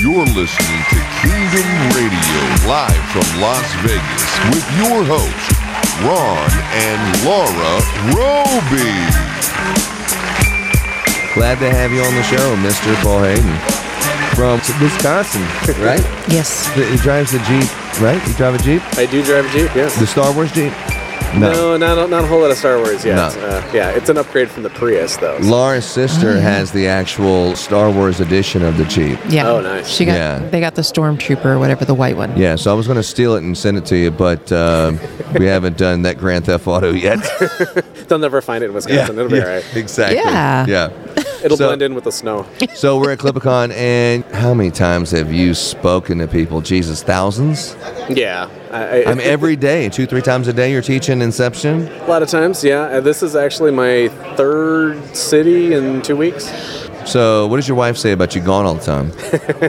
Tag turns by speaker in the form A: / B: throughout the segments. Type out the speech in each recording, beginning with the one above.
A: You're listening to Kingdom Radio live from Las Vegas with your hosts, Ron and Laura Roby.
B: Glad to have you on the show, Mr. Paul Hayden from Wisconsin, right?
C: Yes.
B: He drives the Jeep, right? You drive a Jeep?
D: I do drive a Jeep, yes.
B: The Star Wars Jeep?
D: No, not, not a whole lot of Star Wars yet.
B: No.
D: Uh, yeah, it's an upgrade from the Prius, though. so-
B: Laura's sister has the actual Star Wars edition of the Jeep.
C: Yeah.
D: Oh, nice.
C: She got.
B: Yeah.
C: They got the stormtrooper or whatever, the white one.
B: Yeah, so I was going to steal it and send it to you, but um, we haven't done that Grand Theft Auto yet.
D: They'll never find it in Wisconsin. It'll be all right.
B: exactly.
C: Yeah.
B: yeah.
D: It'll
B: So-
D: blend in with the snow.
B: So we're at Clipicon, and how many times have you spoken to people? Jesus, thousands.
D: yeah. I, I,
B: I mean, every day, two, three times a day, you're teaching Inception.
D: a lot of times, yeah. Uh, This is actually my third city in two weeks.
B: So, what does your wife say about you gone all the time?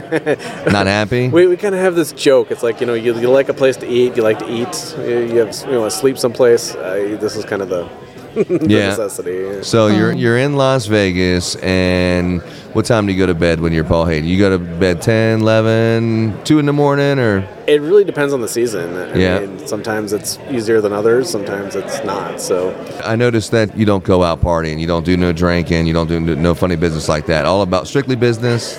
B: Not happy.
D: We, we kind of have this joke. It's like, you know, you, you like a place to eat, you like to eat, you, you, have, you want to sleep someplace. Uh, this is kind of the, the
B: yeah.
D: necessity.
B: So you're you're in Las Vegas, and what time do you go to bed when you're Paul Hayden? You go to bed 10, 11, 2 in the morning, or
D: It really depends on the season. I
B: Yeah.
D: mean, sometimes it's easier than others, sometimes it's not. So,
B: I noticed that you don't go out partying, you don't do no drinking, you don't do no- no funny business like that. All about strictly business,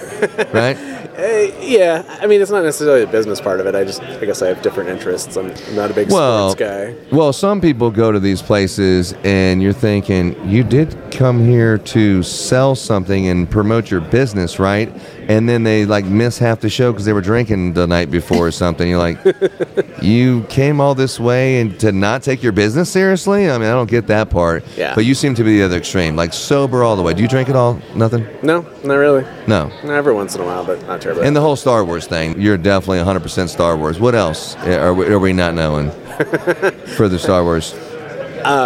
B: right?
D: Uh, yeah, I mean, it's not necessarily the business part of it. I just, I guess I have different interests. I'm, I'm not a big
B: well,
D: sports guy.
B: Well, some people go to these places and you're thinking, you did come here to sell something and promote your business, right? And then they like miss half the show because they were drinking the night before or something. You're like, you came all this way and to not take your business seriously? I mean, I don't get that part.
D: Yeah.
B: But you seem to be the other extreme, like sober all the way. Do you drink at all? Nothing?
D: No, not really.
B: No.
D: Every once in a while, but not terribly.
B: And the whole Star Wars thing, you're definitely 100% Star Wars. What else are we, are we not knowing for the Star Wars?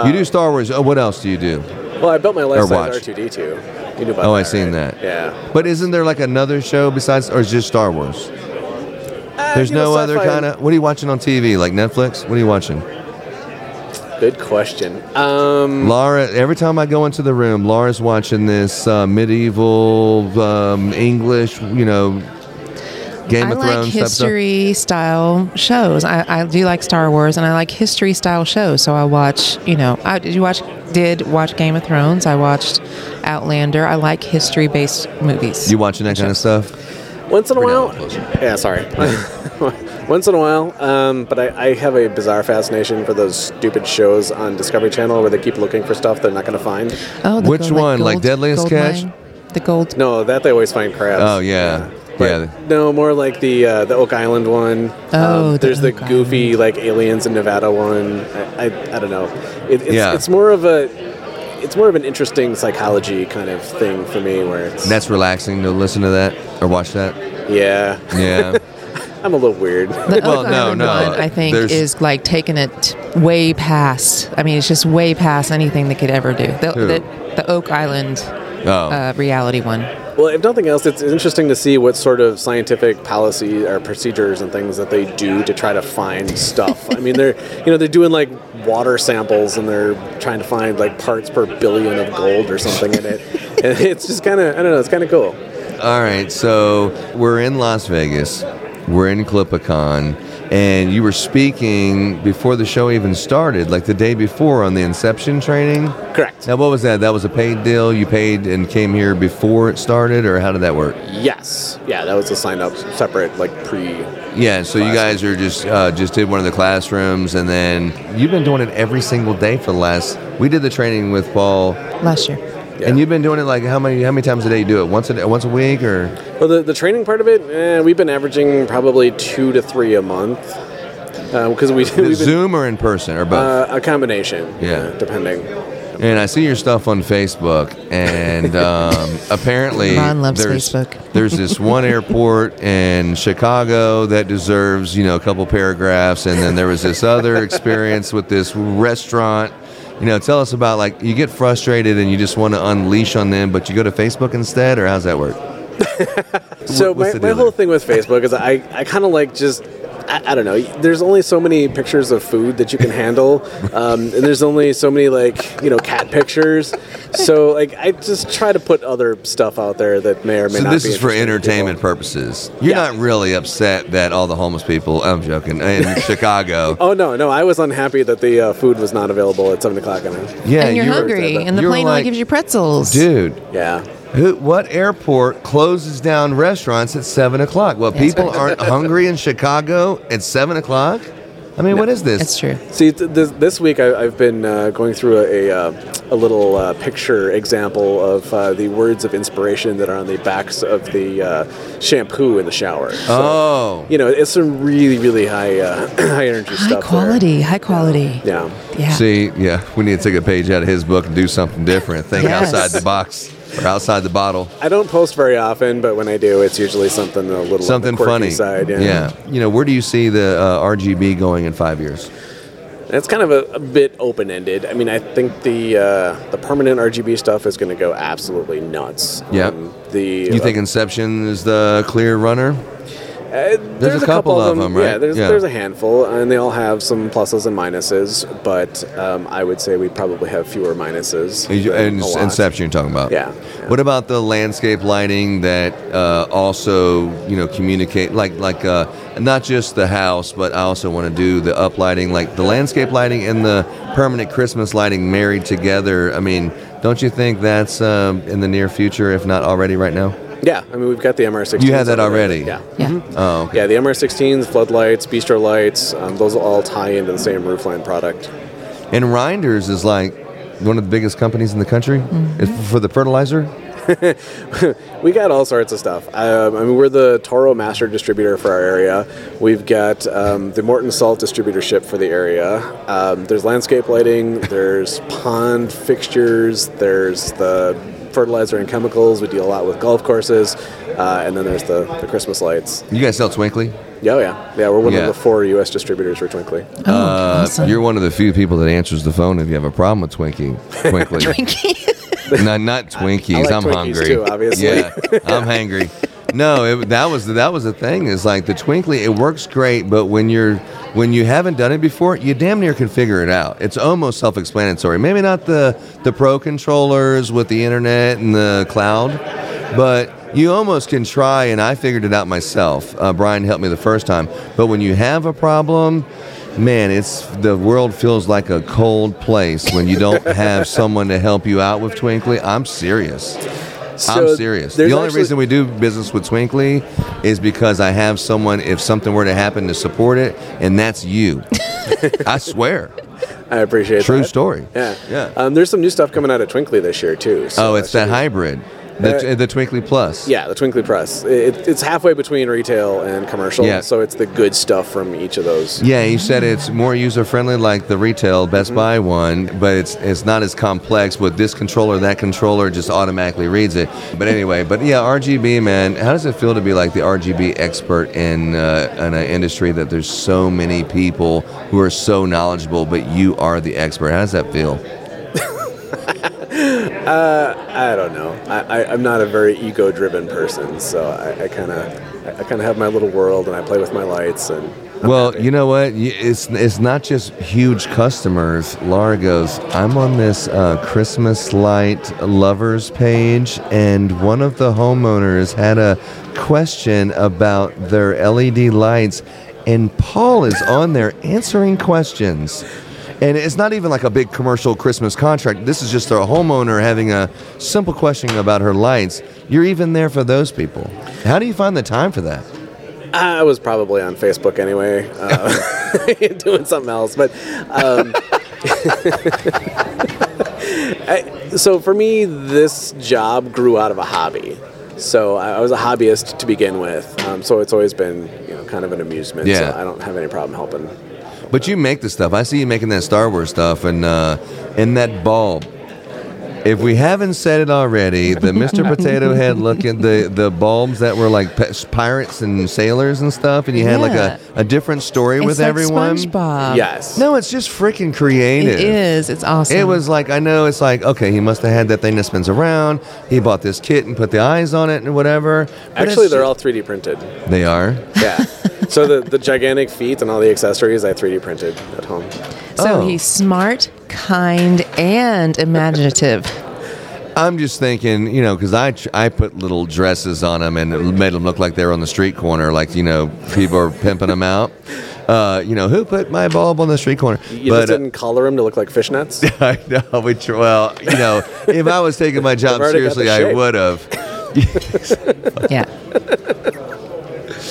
B: you do Star Wars. Oh, what else do you do?
D: well, I built my life
B: watch.
D: size R2D2. You knew about
B: Oh,
D: that,
B: I seen
D: right?
B: that.
D: Yeah.
B: But isn't there like another show besides, or is just Star Wars? There's
D: Uh, you know,
B: no other
D: sci-fi-
B: kind of. What are you watching on TV? Like Netflix? What are you watching?
D: Good question. Um,
B: Laura, every time I go into the room, Laura's watching this uh, medieval um, English, you know, Game
C: I
B: of
C: like
B: Thrones type stuff.
C: history style shows. I, I do like Star Wars, and I like history style shows. So I watch, you know, I did you watch did watch Game of Thrones. I watched Outlander. I like history based movies.
B: You watching that kind of stuff?
D: once in a
B: Bring it
D: while.
B: a little closer.
D: Yeah, sorry. once in a while. Um, but I, I have a bizarre fascination for those stupid shows on Discovery Channel where they keep looking for stuff they're not going to find.
C: oh,
B: Which one? Like Deadliest Catch?
C: mine. the gold.
D: No, that they always find crabs.
B: Oh, yeah.
D: But
B: Yeah.
D: No, more like the uh, the Oak Island one. Um,
C: Oh, the
D: there's the
C: Oak
D: goofy like aliens in Nevada one. I I, I don't know. It, it's,
B: Yeah.
D: it's more of a it's more of an interesting psychology kind of thing for me where it's
B: That's relaxing to listen to that or watch that.
D: yeah.
B: Yeah.
D: I'm a little weird.
C: oh, The
B: Well,
C: Oak
B: no,
C: Island
B: no,
C: One, I think
B: there's-
C: is like taking it way past. I mean, it's just way past anything they could ever do. The,
B: Who?
C: the, the Oak Island
B: Oh.
C: uh, reality one.
D: well, if nothing else, it's interesting to see what sort of scientific policy or procedures and things that they do to try to find stuff. I mean, they're you know they're doing like water samples and they're trying to find like parts per billion of gold or something in it. And it's just kind of I don't know. It's kind of cool.
B: All right, so we're in Las Vegas, we're in Clipicon, and you were speaking before the show even started, like the day before on the Inception training.
D: Correct.
B: Now, what was that? That was a paid deal. You paid and came here before it started, or how did that work?
D: Yes. Yeah, that was a sign up separate, like pre.
B: Yeah, so you guys are just uh, just did one of the classrooms, and then you've been doing it every single day for the last. We did the training with Paul,
C: Last year.
B: and you've been doing it like how many how many times a day? You do it once a day, once a week, or
D: Well, the, the training part of it, eh, we've been averaging probably two to three a month. Because we, we've been.
B: Zoom or in person or both?
D: Uh, a combination.
B: Yeah.
D: depending.
B: And I see your stuff on Facebook, and um, apparently
C: Ron loves
B: there's,
C: Facebook.
B: there's this one airport in Chicago that deserves, you know, a couple paragraphs, and then there was this other experience with this restaurant. You know, tell us about like you get frustrated and you just want to unleash on them, but you go to Facebook instead, or how's that work?
D: So
B: what's the
D: my, my
B: deal
D: whole
B: there?
D: thing with Facebook is I, I kind of like just I, I don't know. There's only so many pictures of food that you can handle, um, and there's only so many like you know cat pictures. So like I just try to put other stuff out there that may or may
B: So
D: not.
B: this
D: be
B: is for
D: interesting to people.
B: entertainment purposes. You're
D: Yeah.
B: not really upset that all the homeless people. I'm joking. In Chicago,
D: Oh no, no! I was unhappy that the uh, food was not available at seven o'clock. I mean,
B: yeah,
C: and you're
B: you were-
C: hungry, and the
B: you were
C: plane only
B: like,
C: gives you pretzels.
B: dude.
D: yeah,
B: Who, what airport closes down restaurants at seven o'clock? Well,
C: That's
B: people aren't hungry in Chicago at seven o'clock. I mean, what is this?
C: It's true.
D: See, th- this, this week I, I've been uh, going through a, a, uh, a little uh, picture example of uh, the words of inspiration that are on the backs of the uh, shampoo in the shower. So,
B: Oh,
D: You know, it's some really, really high, uh, high
C: High
D: energy stuff. there.
C: quality. High quality.
D: Yeah.
C: Yeah.
B: see, yeah, we need to take a page out of his book and do something different. Think
C: Yes.
B: outside the box or outside the bottle.
D: I don't post very often, but when I do, it's usually something a little on the
B: Something
D: quirky
B: funny.
D: Side, yeah.
B: You know, where do you see the uh, RGB going in five years?
D: It's kind of a, a bit open ended. I mean, I think the uh, the permanent RGB stuff is going to go absolutely nuts. Um,
B: Yeah.
D: the
B: You think Inception is the clear runner?
D: Uh, there's,
B: a couple of them,
D: Yeah,
B: right?
D: there's,
B: Yeah.
D: there's a handful, and they all have some pluses and minuses. But um, I would say we probably have fewer minuses.
B: Is-
D: than
B: And
D: a lot.
B: Inception, you're talking about.
D: Yeah, yeah.
B: What about the landscape lighting that uh, also you know communicate like like uh, not just the house, but I also want to do the up lighting, like the landscape lighting and the permanent Christmas lighting married together. I mean, don't you think that's um, in the near future, if not already right now?
D: Yeah, I mean we've got the MR16.
B: You had that already.
D: Yeah. Mm-hmm.
C: Yeah.
B: Oh, okay.
D: Yeah, the MR16s, floodlights, bistro lights, um, those all tie into the same roofline product.
B: And Reinders is like one of the biggest companies in the country It's for the fertilizer.
D: We got all sorts of stuff. Um, I mean, we're the Toro master distributor for our area. We've got um, the Morton Salt distributorship for the area. Um, there's landscape lighting. There's pond fixtures. There's the fertilizer and chemicals. We deal a lot with golf courses, uh, and then there's the, the Christmas lights.
B: You guys sell Twinkly?
D: Yeah, oh yeah, yeah. We're one
B: Yeah.
D: of the four U.S. distributors for Twinkly.
C: Oh,
B: Uh,
C: awesome.
B: You're one of the few people that answers the phone if you have a problem with Twinkie. Twinkly. no, not Twinkies.
D: I like
B: I'm
D: Twinkies
B: hungry.
D: too, obviously.
B: Yeah, I'm hangry. No, it, that was that was the thing. Is like the Twinkly. It works great, but when you're when you haven't done it before, you damn near can figure it out. It's almost self-explanatory. Maybe not the the pro controllers with the internet and the cloud, but you almost can try. And I figured it out myself. Uh, Brian helped me the first time. But when you have a problem, Man, it's the world feels like a cold place when you don't have someone to help you out with Twinkly. I'm serious. I'm
D: So
B: serious. The
D: there's
B: only
D: actually-
B: reason we do business with Twinkly is because I have someone if something were to happen to support it, and that's you. I swear.
D: I appreciate
B: True
D: that.
B: story.
D: Yeah,
B: Yeah.
D: Um, there's some new stuff coming out of Twinkly this year too. so
B: oh, it's
D: should
B: that
D: be-
B: hybrid. The, the Twinkly Plus.
D: Yeah, the Twinkly Press. It, it's halfway between retail and commercial,
B: Yeah.
D: so it's the good stuff from each of those.
B: Yeah, you said it's more user friendly, like the retail Best Buy one, but it's it's not as complex. With this controller, that controller just automatically reads it. But anyway, but yeah, RGB man, how does it feel to be like the RGB expert in uh, in an industry that there's so many people who are so knowledgeable, but you are the expert? How does that feel?
D: I don't know. I, I, I'm not a very ego-driven person, so I kind of, I kind of have my little world, and I play with my lights, and
B: Well, you know what? Y- It's it's not just huge customers. Laura goes, I'm on this uh, Christmas light lovers page, and one of the homeowners had a question about their LED lights, and Paul is on there answering questions. And it's not even like a big commercial Christmas contract. This is just a homeowner having a simple question about her lights. You're even there for those people. How do you find the time for that?
D: I was probably on Facebook anyway, uh, doing something else. But um, I, so for me, this job grew out of a hobby. So I I was a hobbyist to begin with. Um, so it's always been, you know, kind of an amusement.
B: Yeah.
D: So I don't have any problem helping.
B: But you make the stuff. I see you making that Star Wars stuff and uh, and that bulb. If we haven't said it already, the Mr. Potato Head looking the the bulbs that were like pe- pirates and sailors and stuff, and you had like
C: Yeah.
B: a, a different story
C: it's
B: with
C: like
B: everyone.
C: SpongeBob.
D: yes.
B: Um, No, it's just freaking creative.
C: It is. It's awesome.
B: It was like I know it's like okay, he must have had that thing that spins around. He bought this kit and put the eyes on it and whatever. But
D: Actually,
B: it's
D: they're
B: ju-
D: all 3D printed.
B: they are.
D: Yeah. so the, the gigantic feet and all the accessories I 3D printed at home.
C: So
B: Oh.
C: he's smart, kind, and imaginative.
B: I'm just thinking, you know, because I tr- I put little dresses on them and it made them look like they were on the street corner, like you know people are pimping them out. Uh, you know, who put my bulb on the street corner?
D: You just
B: uh,
D: didn't color them to look like fishnets.
B: I know. We tr- well, you know, if I was taking my job
D: They've already got the
B: seriously, I
D: shape.
B: would have.
C: Yeah.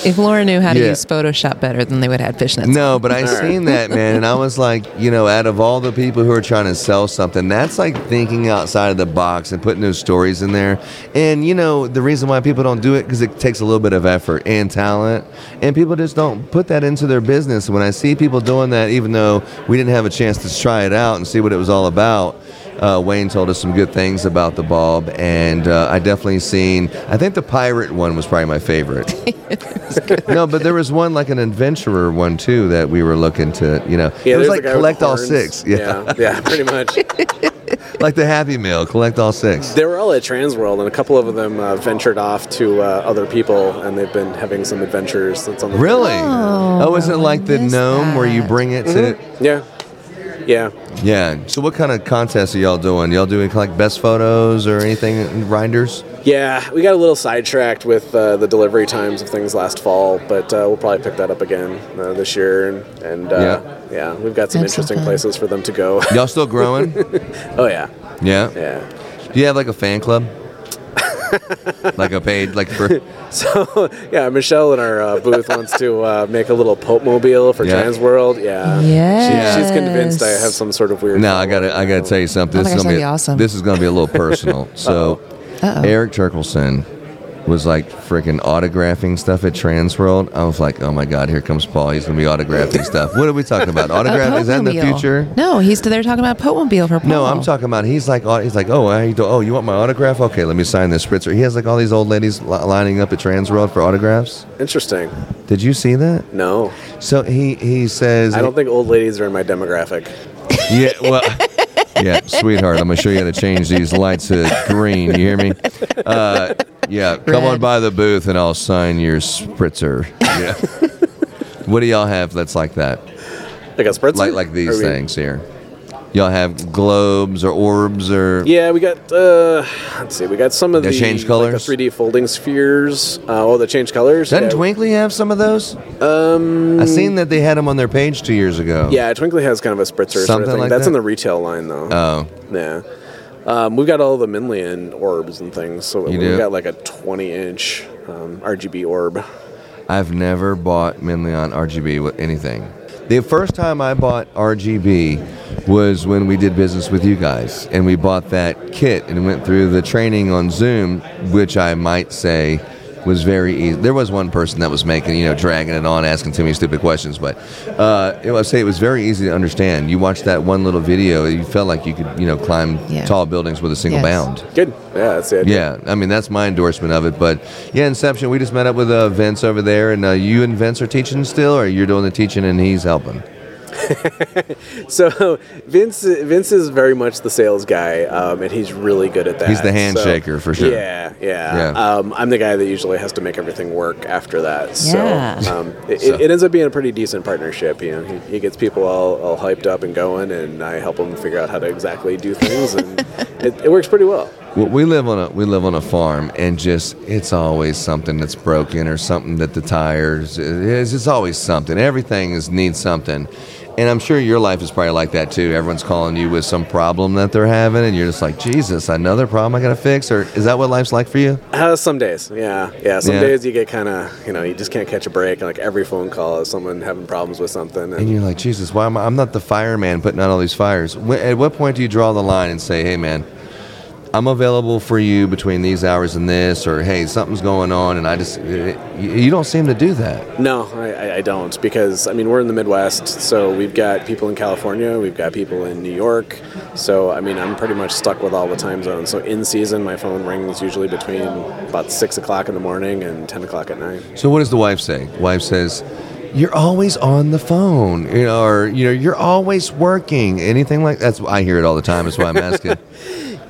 C: If Laura knew how to
B: Yeah.
C: use Photoshop better, then they would have fishnets.
B: No, but I
D: All right.
B: seen that man, and I was like, you know, out of all the people who are trying to sell something, that's like thinking outside of the box and putting those stories in there. And you know, the reason why people don't do it because it takes a little bit of effort and talent, and people just don't put that into their business. When I see people doing that, even though we didn't have a chance to try it out and see what it was all about. Uh, Wayne told us some good things about the bulb, and uh, I definitely seen. I think the pirate one was probably my favorite. no, but there was one like an adventurer one too that we were looking to. You know, it was
D: there's
B: like
D: the guy with
B: collect
D: the
B: all
D: horns.
B: six. Yeah,
D: yeah, yeah, pretty much.
B: like the Happy Meal, collect all six.
D: They were all at Transworld, and a couple of them uh, ventured off to uh, other people, and they've been having some adventures. That's on the
B: Really?
C: Oh,
B: is it
C: no, I
B: like the
C: missed
B: gnome where you
C: that.
B: bring it to?
D: Yeah, yeah.
B: Yeah. So what kind of contests are y'all doing? Y'all doing like best photos or anything? Grinders?
D: Yeah, we got a little sidetracked with uh, the delivery times of things last fall, but uh, we'll probably pick that up again uh, this year. And, and uh, yeah. we've got some
C: That's
D: interesting
C: okay.
D: places for them to go.
B: Y'all still growing?
D: oh yeah,
B: yeah.
D: yeah.
B: Do you have like a fan club? like a paid like for
D: So yeah, Michelle in our uh, booth wants to uh, make a little Pope mobile for
B: Yeah.
D: Transworld. Yeah, She- she's convinced I
C: Yes.
D: have some sort of weird.
B: No, I gotta I gotta tell you something.
C: Oh my
B: This is
C: gosh,
B: gonna
C: that'd
B: be
C: be awesome.
B: This is gonna be a little personal. so
C: Uh-oh.
B: Eric Turkelson was like freaking autographing stuff at Transworld. I was like, oh my god, here comes Paul. He's gonna be autographing stuff. What are we talking about?
C: A
B: Autograph is that in the
C: Popemobile.
B: future?
C: No, he's they're talking about Potmobile for Paul.
B: No, I'm talking about he's like au- he's like oh how you do- oh you want my autograph okay let me sign this spritzer he has like all these old ladies li- lining up at Transworld for autographs
D: Interesting.
B: did you see that
D: No,
B: so he he says
D: I don't think old ladies are in my demographic.
B: Yeah, well, yeah, sweetheart, I'm gonna show you how to change these lights to green. You hear me? Uh, yeah, come on
C: Red.
B: by the booth and I'll sign your spritzer. Yeah. what do y'all have that's like that?
D: Like a spritzer,
B: Like like these
D: Or we-
B: things here. Y'all have globes or orbs or
D: Yeah, we got. Uh, let's see, we got some of
B: They
D: the
B: change
D: like
B: colours?
D: the 3D folding spheres. Uh, oh, the change colors.
B: Doesn't
D: yeah.
B: Twinkly have some of those? Um, I seen that they had them on their page two years ago.
D: Yeah, Twinkly has kind of a spritzer sort
B: Something
D: of thing.
B: like
D: That's
B: that?
D: in the retail line though.
B: Oh,
D: Yeah. Um, we've got all the Minlian orbs and things. So
B: You
D: we've
B: do?
D: got like a 20 inch um, RGB orb.
B: I've never bought Minleon RGB with anything. The first time I bought RGB was when we did business with you guys, and we bought that kit and went through the training on Zoom, which I might say was very easy. There was one person that was making, you know, dragging it on, asking too many stupid questions, but uh, I would say it was very easy to understand. You watched that one little video, you felt like you could, you know, climb
C: Yeah.
B: tall buildings with a single
C: Yes.
B: bound.
D: Good. Yeah, that's it.
B: Yeah, I mean that's my endorsement of it. But yeah, Inception. We just met up with uh, Vince over there, and uh, you and Vince are teaching still, or you're doing the teaching and he's helping.
D: So Vince Vince is very much the sales guy, um, and he's really good at that.
B: He's the
D: So-
B: handshaker for sure.
D: Yeah, yeah.
B: Yeah.
D: Um, I'm the guy that usually has to make everything work after that. So,
C: Yeah.
D: um, it,
B: So-
D: It, it ends up being a pretty decent partnership. You know, he, he gets people all, all hyped up and going, and I help him figure out how to exactly do things, and it, it works pretty well.
B: Well, we live on a we live on a farm, and just it's always something that's broken or something that the tires. It's, it's always something. Everything is needs something, and I'm sure your life is probably like that too. Everyone's calling you with some problem that they're having, and you're just like, Jesus, another problem I gotta fix. Or is that what life's like for you?
D: Uh, some days, yeah, yeah. Some
B: Yeah.
D: days you get kind of, you know, you just can't catch a break, and like every phone call is someone having problems with something.
B: And you're like, Jesus, why am I? I'm not the fireman putting out all these fires. Wh- At what point do you draw the line and say, hey, man, I'm available for you between these hours and this, or hey, something's going on, and I just, eh, y- you don't seem to do that.
D: No, I, I- I don't because I mean we're in the Midwest, so we've got people in California, we've got people in New York. So I mean I'm pretty much stuck with all the time zones. So in season, my phone rings usually between about six o'clock in the morning and ten o'clock at night.
B: So what does the wife say? Wife says, you're always on the phone, you know, or you know, you're always working. Anything like that's I hear it all the time. That's why I'm asking.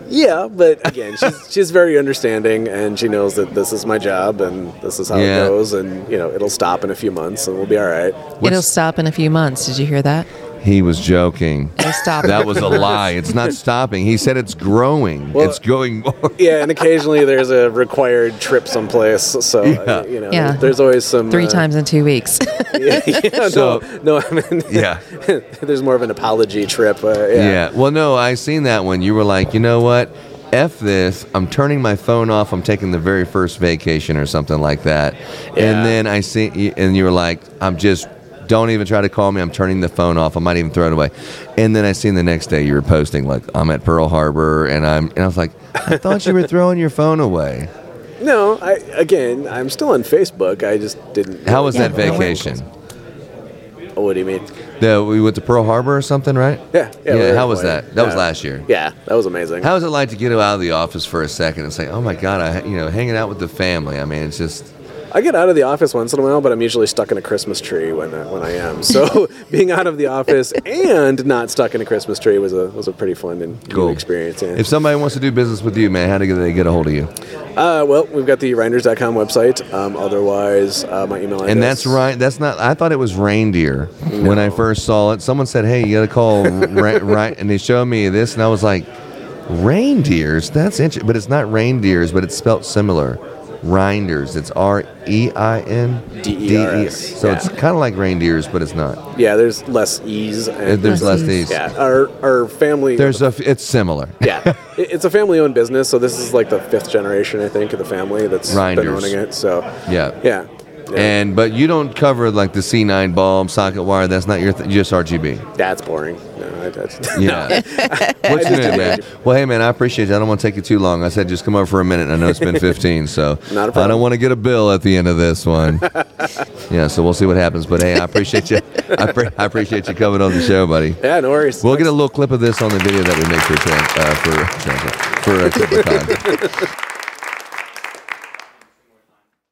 D: Yeah, but again, she's she's very understanding, and she knows that this is my job, and this is how
B: Yeah.
D: it goes, and you know it'll stop in a few months, and we'll be all right.
C: It'll stop in a few months. Did you hear that?
B: He was joking.
C: It'll stop.
B: That was a lie. It's not stopping. He said it's growing.
D: Well-
B: it's going more.
D: Yeah, and occasionally there's a required trip someplace, so
B: Yeah.
D: uh, you know,
C: Yeah.
D: there's always some
C: Three
D: uh,
C: times in two weeks.
D: Yeah, yeah,
B: So-
D: no, no, I mean,
B: Yeah.
D: there's more of an apology trip. Uh, yeah.
B: Yeah. Well, no, I seen that one. You were like, you know what? F this. I'm turning my phone off. I'm taking the very first vacation or something like that.
D: Yeah.
B: And then I see, and you were like, I'm just, don't even try to call me. I'm turning the phone off. I might even throw it away. And then I seen the next day you were posting like, I'm at Pearl Harbor, and I'm, and I was like, I thought you were throwing your phone away.
D: No, I again, I'm still on Facebook. I just didn't.
B: How was
C: Yeah,
B: that
C: but when-
B: vacation?
D: Oh, what do you mean?
B: The, we went to Pearl Harbor or something, right?
D: Yeah.
B: Yeah.
D: we were
B: how was
D: away.
B: that? That was
D: Yeah.
B: last year.
D: Yeah, that was amazing.
B: How is it like to get out of the office for a second and say, "Oh my God, I you know hanging out with the family"? I mean, it's just
D: I get out of the office once in a while, but I'm usually stuck in a Christmas tree when uh, when I am. So being out of the office and not stuck in a Christmas tree was a was a pretty fun and new
B: cool
D: experience. Yeah.
B: If somebody wants to do business with you, man, how do they get a hold of you?
D: uh, well, we've got the Reinders.com website. Um, otherwise, uh, my email address.
B: And that's right. That's not. I thought it was reindeer when I first saw it. Someone said, "Hey, you got to call right, right," and they showed me this, and I was like, "Reindeers? That's interesting." But it's not reindeers, but it's spelt similar. Reinders. It's R E I N
D: D-E-R-S.
B: So it's
D: E Yeah.
B: kind of like reindeers, but it's not.
D: Yeah, there's less ease. And
B: Uh, There's less
C: ease.
B: these.
D: Yeah, our our family.
B: There's a. f- It's similar.
D: yeah, It- it's a family-owned business, so this is like the fifth generation, I think, of the family that's been
B: Reinders.
D: owning it. So
B: Yeah.
D: yeah, yeah.
B: And but you don't cover like the C9 bulb socket wire. That's not your th- just RGB.
D: that's boring. No, I, that's,
B: Yeah. What's new, man? Well, hey, man, I appreciate you. I don't want to take you too long. I said just come over for a minute. I know it's been 15, so
D: Not a
B: I don't
D: problem.
B: want to get a bill at the end of this one. yeah, so we'll see what happens. But hey, I appreciate you. I, pre- I appreciate you coming on the show, buddy.
D: yeah, no worries.
B: We'll get a little clip of this on the video that we make for tran- uh, for for, for uh, TripleCon.